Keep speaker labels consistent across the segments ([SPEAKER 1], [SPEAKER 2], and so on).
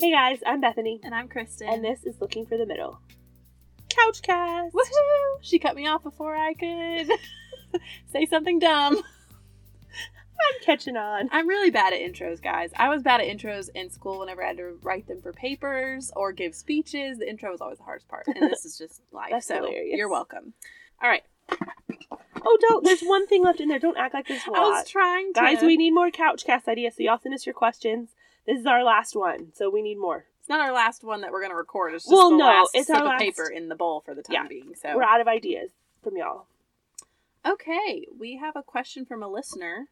[SPEAKER 1] Hey guys, I'm Bethany,
[SPEAKER 2] And I'm Kristen.
[SPEAKER 1] and this is Looking for the Middle. Couchcast!
[SPEAKER 2] Woohoo! She cut me off before I could say something dumb.
[SPEAKER 1] I'm catching on.
[SPEAKER 2] I'm really bad at intros, guys. I was bad at intros in school whenever I had to write them for papers or give speeches. The intro was always the hardest part, and this is just life.
[SPEAKER 1] That's
[SPEAKER 2] so
[SPEAKER 1] hilarious.
[SPEAKER 2] you're welcome. All right.
[SPEAKER 1] Oh, don't! There's one thing left in there. Don't act like there's a
[SPEAKER 2] I was
[SPEAKER 1] lot.
[SPEAKER 2] trying to.
[SPEAKER 1] Guys, we need more Couchcast ideas, so y'all send us your questions. This is our last one, so we need more.
[SPEAKER 2] It's not our last one that we're going to record. It's just
[SPEAKER 1] Well,
[SPEAKER 2] the
[SPEAKER 1] no,
[SPEAKER 2] last
[SPEAKER 1] it's
[SPEAKER 2] slip
[SPEAKER 1] our
[SPEAKER 2] of
[SPEAKER 1] last-
[SPEAKER 2] paper in the bowl for the time
[SPEAKER 1] Yeah.
[SPEAKER 2] being. So
[SPEAKER 1] We're out of ideas from y'all.
[SPEAKER 2] Okay, we have a question from a listener,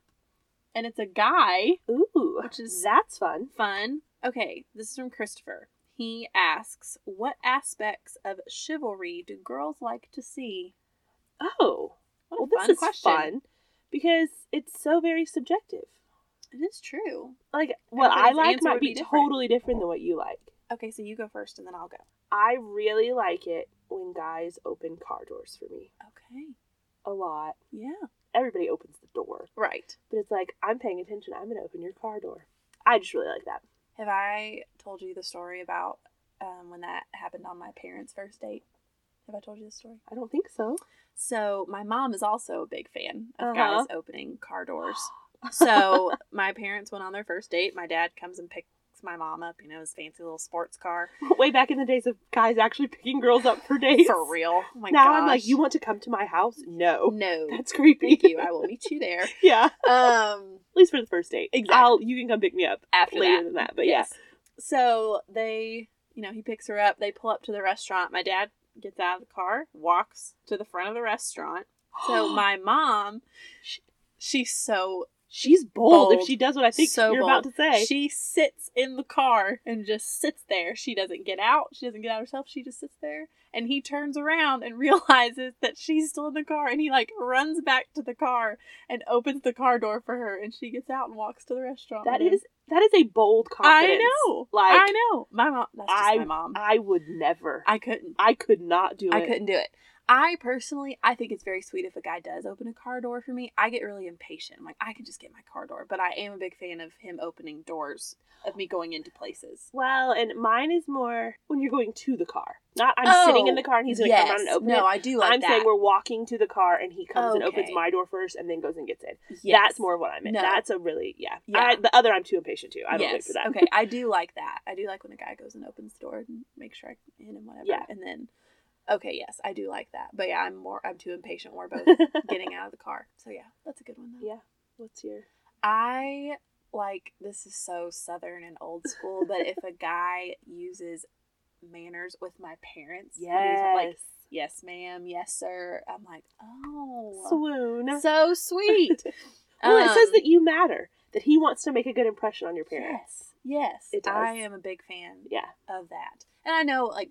[SPEAKER 2] and it's a guy,
[SPEAKER 1] Ooh,
[SPEAKER 2] which is
[SPEAKER 1] that's fun.
[SPEAKER 2] fun. Okay, this is from Christopher. He asks, "What aspects of chivalry do girls like to see?"
[SPEAKER 1] Oh,
[SPEAKER 2] What a
[SPEAKER 1] well, this
[SPEAKER 2] fun
[SPEAKER 1] is fun because it's so very subjective.
[SPEAKER 2] It is true.
[SPEAKER 1] Like what I
[SPEAKER 2] Everybody's
[SPEAKER 1] like
[SPEAKER 2] answer
[SPEAKER 1] might
[SPEAKER 2] would
[SPEAKER 1] be
[SPEAKER 2] be different.
[SPEAKER 1] totally different than what you like.
[SPEAKER 2] Okay, so you go first, and then I'll go.
[SPEAKER 1] I really like it when guys open car doors for me
[SPEAKER 2] Okay.
[SPEAKER 1] a lot.
[SPEAKER 2] Yeah.
[SPEAKER 1] Everybody opens the door,
[SPEAKER 2] Right.
[SPEAKER 1] but it's like I'm paying attention. I'm gonna open your car door. I just really like that.
[SPEAKER 2] Have I told you the story about um, when that happened on my parents' first date? Have I told you the story?
[SPEAKER 1] I don't think so.
[SPEAKER 2] So my mom is also a big fan of
[SPEAKER 1] Uh-huh.
[SPEAKER 2] guys opening car doors. So my parents went on their first date. My dad comes and picks my mom up, you know, his fancy little sports car.
[SPEAKER 1] Way back in the days of guys actually picking girls up for dates.
[SPEAKER 2] For real. Oh my
[SPEAKER 1] now
[SPEAKER 2] gosh.
[SPEAKER 1] I'm like, you want to come to my house? No,
[SPEAKER 2] No.
[SPEAKER 1] that's creepy.
[SPEAKER 2] Thank you. I will meet you there.
[SPEAKER 1] yeah, at
[SPEAKER 2] Um
[SPEAKER 1] least for the first date.
[SPEAKER 2] Exactly.
[SPEAKER 1] I'll, you can come pick me up
[SPEAKER 2] after
[SPEAKER 1] later
[SPEAKER 2] that.
[SPEAKER 1] than that, but
[SPEAKER 2] Yes. So they, you know, he picks her up. They pull up to the restaurant. My dad gets out of the car, walks to the front of the restaurant.
[SPEAKER 1] yeah.
[SPEAKER 2] So my mom, sh- she's so
[SPEAKER 1] she's bold, if
[SPEAKER 2] Bold.
[SPEAKER 1] she does what I think
[SPEAKER 2] So
[SPEAKER 1] you're about to say.
[SPEAKER 2] she sits in the car and just sits there. She doesn't get out. She doesn't get out herself. She just sits there. And he turns around and realizes that she's still in the car. And he like runs back to the car and opens the car door for her. And she gets out and walks to the restaurant.
[SPEAKER 1] that
[SPEAKER 2] with him.
[SPEAKER 1] is that is a bold confidence.
[SPEAKER 2] I know.
[SPEAKER 1] Like
[SPEAKER 2] I know. My mom. That's just
[SPEAKER 1] I-
[SPEAKER 2] my mom. I,
[SPEAKER 1] I would never. I,
[SPEAKER 2] couldn't.
[SPEAKER 1] could not do
[SPEAKER 2] I
[SPEAKER 1] it.
[SPEAKER 2] couldn't do it. I personally, I think it's very sweet if a guy does open a car door for me. I get really impatient. I'm like, I could just get my car door, but I am a big fan of him opening doors of me going into places.
[SPEAKER 1] Well, and mine is more when you're going to the car. Not I'm
[SPEAKER 2] Oh,
[SPEAKER 1] sitting in the car and he's going to come around and open
[SPEAKER 2] no,
[SPEAKER 1] it.
[SPEAKER 2] I do like
[SPEAKER 1] I'm
[SPEAKER 2] that.
[SPEAKER 1] saying we're walking to the car and he comes and opens
[SPEAKER 2] Okay.
[SPEAKER 1] my door first and then goes and gets in.
[SPEAKER 2] Yes.
[SPEAKER 1] That's more what I'm in.
[SPEAKER 2] No.
[SPEAKER 1] That's a really yeah.
[SPEAKER 2] Yeah.
[SPEAKER 1] I, the other I'm too impatient too. I don't wait for that.
[SPEAKER 2] okay, I do like that. I do like when a guy goes and opens the door and makes sure I can in and whatever.
[SPEAKER 1] Yeah.
[SPEAKER 2] And then, okay, yes, I do like that. But yeah, I'm more, I'm too impatient. We're both getting out of the car. So yeah, that's a good one though.
[SPEAKER 1] yeah. What's your
[SPEAKER 2] I like this is so southern and old school, but if a guy uses manners with my parents, and he's like yes, ma'am, yes, sir, I'm like, oh,
[SPEAKER 1] swoon.
[SPEAKER 2] so sweet.
[SPEAKER 1] well, it says
[SPEAKER 2] Um,
[SPEAKER 1] that you matter. That he wants to make a good impression on your parents.
[SPEAKER 2] yes, yes,
[SPEAKER 1] It does.
[SPEAKER 2] I am a big fan
[SPEAKER 1] Yeah.
[SPEAKER 2] of that, and I know like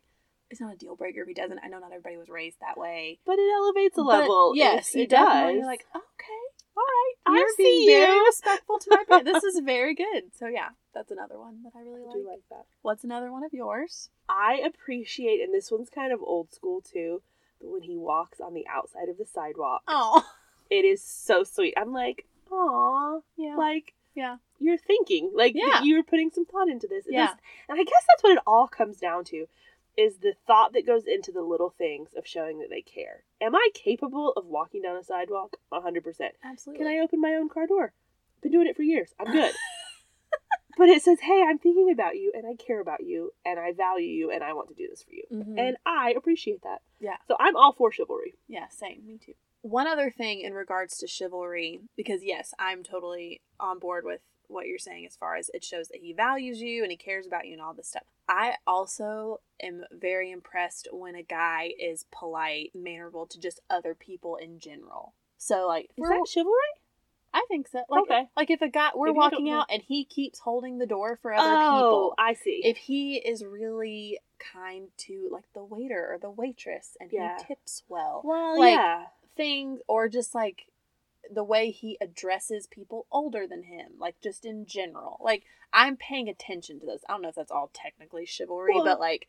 [SPEAKER 2] it's not a deal breaker if he doesn't. I know not everybody was raised that way.
[SPEAKER 1] But it elevates a
[SPEAKER 2] But
[SPEAKER 1] level.
[SPEAKER 2] yes,
[SPEAKER 1] if he
[SPEAKER 2] it definitely-
[SPEAKER 1] does.
[SPEAKER 2] You're like, okay, all right,
[SPEAKER 1] I
[SPEAKER 2] you're
[SPEAKER 1] see
[SPEAKER 2] being very
[SPEAKER 1] you."
[SPEAKER 2] respectful to my parents. This is very good. So yeah, that's another one that I really
[SPEAKER 1] I
[SPEAKER 2] like.
[SPEAKER 1] do like that.
[SPEAKER 2] What's another one of yours?
[SPEAKER 1] I appreciate, and this one's kind of old school too, but when he walks on the outside of the sidewalk,
[SPEAKER 2] Oh,
[SPEAKER 1] it is so sweet. I'm like, aw,
[SPEAKER 2] yeah,
[SPEAKER 1] like,
[SPEAKER 2] yeah,
[SPEAKER 1] you're thinking, like, th-
[SPEAKER 2] Yeah.
[SPEAKER 1] you're putting some thought into this. And
[SPEAKER 2] Yeah.
[SPEAKER 1] this- And I guess that's what it all comes down to is the thought that goes into the little things of showing that they care. Am I capable of walking down a sidewalk? 100%.
[SPEAKER 2] absolutely.
[SPEAKER 1] Can I open my own car door? Been doing it for years. I'm good. but it says, hey, I'm thinking about you, and I care about you, and I value you, and I want to do this for you
[SPEAKER 2] Mhm.
[SPEAKER 1] and I appreciate that.
[SPEAKER 2] Yeah.
[SPEAKER 1] So I'm all for chivalry.
[SPEAKER 2] yeah, same. Me too. One other thing in regards to chivalry, because yes, I'm totally on board with what you're saying as far as it shows that he values you and he cares about you and all this stuff. I also am very impressed when a guy is polite, mannerable to just other people in general. So like
[SPEAKER 1] Is
[SPEAKER 2] we're-
[SPEAKER 1] that chivalry?
[SPEAKER 2] I think so. Like
[SPEAKER 1] Okay.
[SPEAKER 2] like if a guy we're
[SPEAKER 1] If you don't
[SPEAKER 2] walking
[SPEAKER 1] know-
[SPEAKER 2] out and he keeps holding the door for other people.
[SPEAKER 1] Oh, I see.
[SPEAKER 2] if he is really kind to like the waiter or the waitress and
[SPEAKER 1] Yeah.
[SPEAKER 2] he tips well
[SPEAKER 1] well,
[SPEAKER 2] like-
[SPEAKER 1] yeah.
[SPEAKER 2] things or just like the way he addresses people older than him like just in general like i'm paying attention to this i don't know if that's all technically chivalry
[SPEAKER 1] Well-
[SPEAKER 2] but like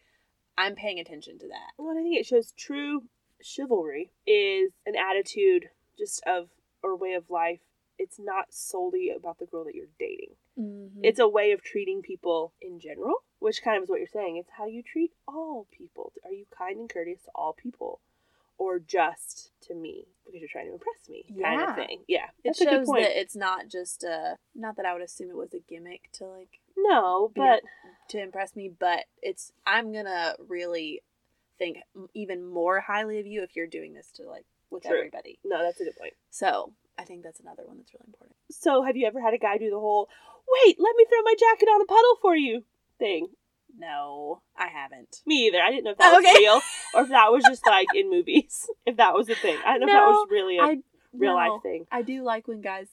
[SPEAKER 2] i'm paying attention to that
[SPEAKER 1] Well, I think it shows true chivalry is an attitude, just of or way of life it's not solely about the girl that you're dating.
[SPEAKER 2] Mm-hmm.
[SPEAKER 1] It's a way of treating people in general, which kind of is what you're saying. It's how you treat all people. Are you kind and courteous to all people? Or just to me because you're trying to impress me, kind
[SPEAKER 2] Yeah.
[SPEAKER 1] of thing. Yeah,
[SPEAKER 2] it
[SPEAKER 1] that's a good
[SPEAKER 2] shows
[SPEAKER 1] point.
[SPEAKER 2] that it's not just a not that I would assume it was a gimmick to like
[SPEAKER 1] no,
[SPEAKER 2] be a-
[SPEAKER 1] but
[SPEAKER 2] to impress me, but it's I'm gonna really think even more highly of you if you're doing this to like with
[SPEAKER 1] True.
[SPEAKER 2] everybody.
[SPEAKER 1] no, that's a good point.
[SPEAKER 2] So I think that's another one that's really important.
[SPEAKER 1] So, have you ever had a guy do the whole "wait, let me throw my jacket on a puddle for you" thing?
[SPEAKER 2] No, I haven't.
[SPEAKER 1] Me either. I didn't know if that was
[SPEAKER 2] Okay.
[SPEAKER 1] real or if that was just like in movies. If that was a thing, I don't know if that was really a
[SPEAKER 2] I
[SPEAKER 1] real
[SPEAKER 2] no.
[SPEAKER 1] life thing.
[SPEAKER 2] I do like when guys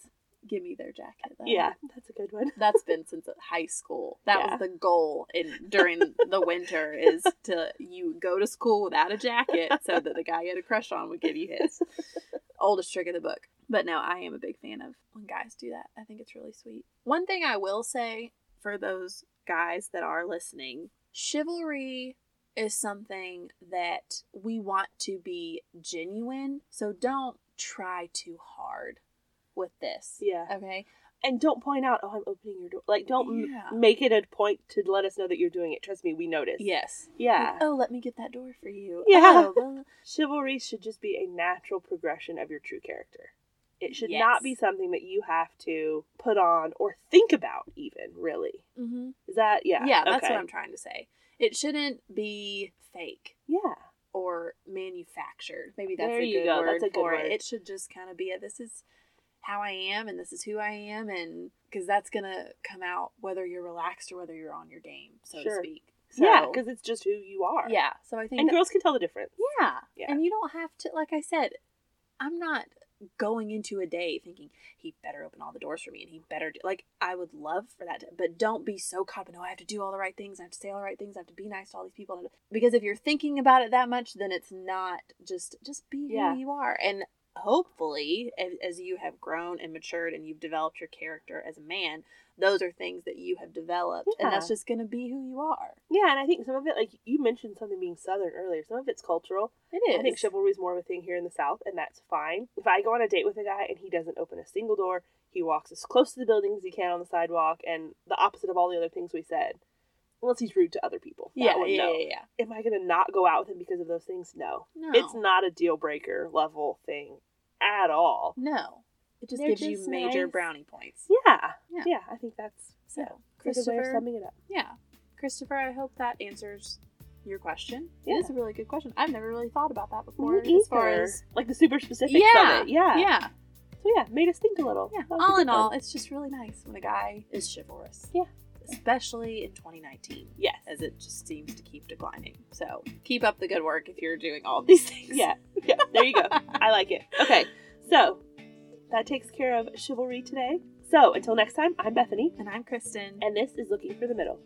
[SPEAKER 2] give me their jacket. though.
[SPEAKER 1] Yeah, that's a good one.
[SPEAKER 2] That's been since high school. That
[SPEAKER 1] Yeah.
[SPEAKER 2] was the goal in during the winter is to you go to school without a jacket so that the guy you had a crush on would give you his. Oldest trick of the book. But no, I am a big fan of when guys do that. I think it's really sweet. One thing I will say for those guys that are listening, chivalry is something that we want to be genuine. So don't try too hard with this.
[SPEAKER 1] Yeah.
[SPEAKER 2] Okay.
[SPEAKER 1] and don't point out, oh, I'm opening your door. Like, don't
[SPEAKER 2] Yeah.
[SPEAKER 1] m- make it a point to let us know that you're doing it. Trust me, we notice.
[SPEAKER 2] Yes.
[SPEAKER 1] Yeah.
[SPEAKER 2] Like, oh, let me get that door for you.
[SPEAKER 1] Yeah.
[SPEAKER 2] Oh, well,
[SPEAKER 1] Chivalry should just be a natural progression of your true character. It should
[SPEAKER 2] Yes.
[SPEAKER 1] not be something that you have to put on or think about, even, really.
[SPEAKER 2] mhm.
[SPEAKER 1] Is that, yeah.
[SPEAKER 2] Yeah, that's
[SPEAKER 1] okay.
[SPEAKER 2] what I'm trying to say. It shouldn't be fake
[SPEAKER 1] Yeah.
[SPEAKER 2] or manufactured. Maybe that's
[SPEAKER 1] There
[SPEAKER 2] a
[SPEAKER 1] you
[SPEAKER 2] good
[SPEAKER 1] go.
[SPEAKER 2] word
[SPEAKER 1] That's a good
[SPEAKER 2] for
[SPEAKER 1] word.
[SPEAKER 2] it. It should just kind of be a this is how I am and this is who I am and because that's gonna come out whether you're relaxed or whether you're on your game, so
[SPEAKER 1] Sure.
[SPEAKER 2] to speak. So,
[SPEAKER 1] Yeah, because it's just who you are.
[SPEAKER 2] yeah. So I think
[SPEAKER 1] And girls can tell the difference.
[SPEAKER 2] Yeah.
[SPEAKER 1] Yeah.
[SPEAKER 2] And you don't have to, like I said, I'm not going into a day thinking he better open all the doors for me and he better do, like I would love for that to, but don't be so caught up in oh I have to do all the right things I have to say all the right things I have to be nice to all these people because if you're thinking about it that much then it's not just just be
[SPEAKER 1] Yeah.
[SPEAKER 2] who you are and hopefully as, as you have grown and matured and you've developed your character as a man those are things that you have developed
[SPEAKER 1] Yeah.
[SPEAKER 2] and that's just going to be who you are
[SPEAKER 1] Yeah, and I think some of it, like, you mentioned something being Southern earlier. Some of it's cultural.
[SPEAKER 2] it is
[SPEAKER 1] I think chivalry is more of a thing here in the South, and that's fine. If I go on a date with a guy and he doesn't open a single door, he walks as close to the building as he can on the sidewalk, and the opposite of all the other things we said, unless he's rude to other people. That
[SPEAKER 2] yeah,
[SPEAKER 1] one,
[SPEAKER 2] yeah,
[SPEAKER 1] no.
[SPEAKER 2] yeah yeah
[SPEAKER 1] Am I going to not go out with him because of those things? No.
[SPEAKER 2] no.
[SPEAKER 1] It's not a deal breaker level thing at all.
[SPEAKER 2] No. It just
[SPEAKER 1] They're
[SPEAKER 2] gives you
[SPEAKER 1] just
[SPEAKER 2] major
[SPEAKER 1] nice.
[SPEAKER 2] brownie points.
[SPEAKER 1] Yeah.
[SPEAKER 2] Yeah.
[SPEAKER 1] I think that's
[SPEAKER 2] So,
[SPEAKER 1] yeah, it's a good way of
[SPEAKER 2] Christopher,
[SPEAKER 1] summing it up.
[SPEAKER 2] yeah. Christopher, I hope that answers your question.
[SPEAKER 1] Yeah.
[SPEAKER 2] It is a really good question. I've never really thought about that before.
[SPEAKER 1] Me
[SPEAKER 2] As far
[SPEAKER 1] either.
[SPEAKER 2] as
[SPEAKER 1] like the super specifics
[SPEAKER 2] yeah,
[SPEAKER 1] of it. Yeah.
[SPEAKER 2] yeah,
[SPEAKER 1] So yeah, made us think a little.
[SPEAKER 2] yeah.
[SPEAKER 1] That was a
[SPEAKER 2] All
[SPEAKER 1] good
[SPEAKER 2] in all,
[SPEAKER 1] one.
[SPEAKER 2] it's just really nice when a guy is chivalrous.
[SPEAKER 1] Yeah.
[SPEAKER 2] especially in 2019.
[SPEAKER 1] Yes.
[SPEAKER 2] as it just seems to keep declining. So keep up the good work if you're doing all these things.
[SPEAKER 1] Yeah. Yeah. There you go. I like it. Okay. So that takes care of chivalry today. So until next time, I'm Bethany,
[SPEAKER 2] And I'm Kristen.
[SPEAKER 1] and this is Looking for the Middle.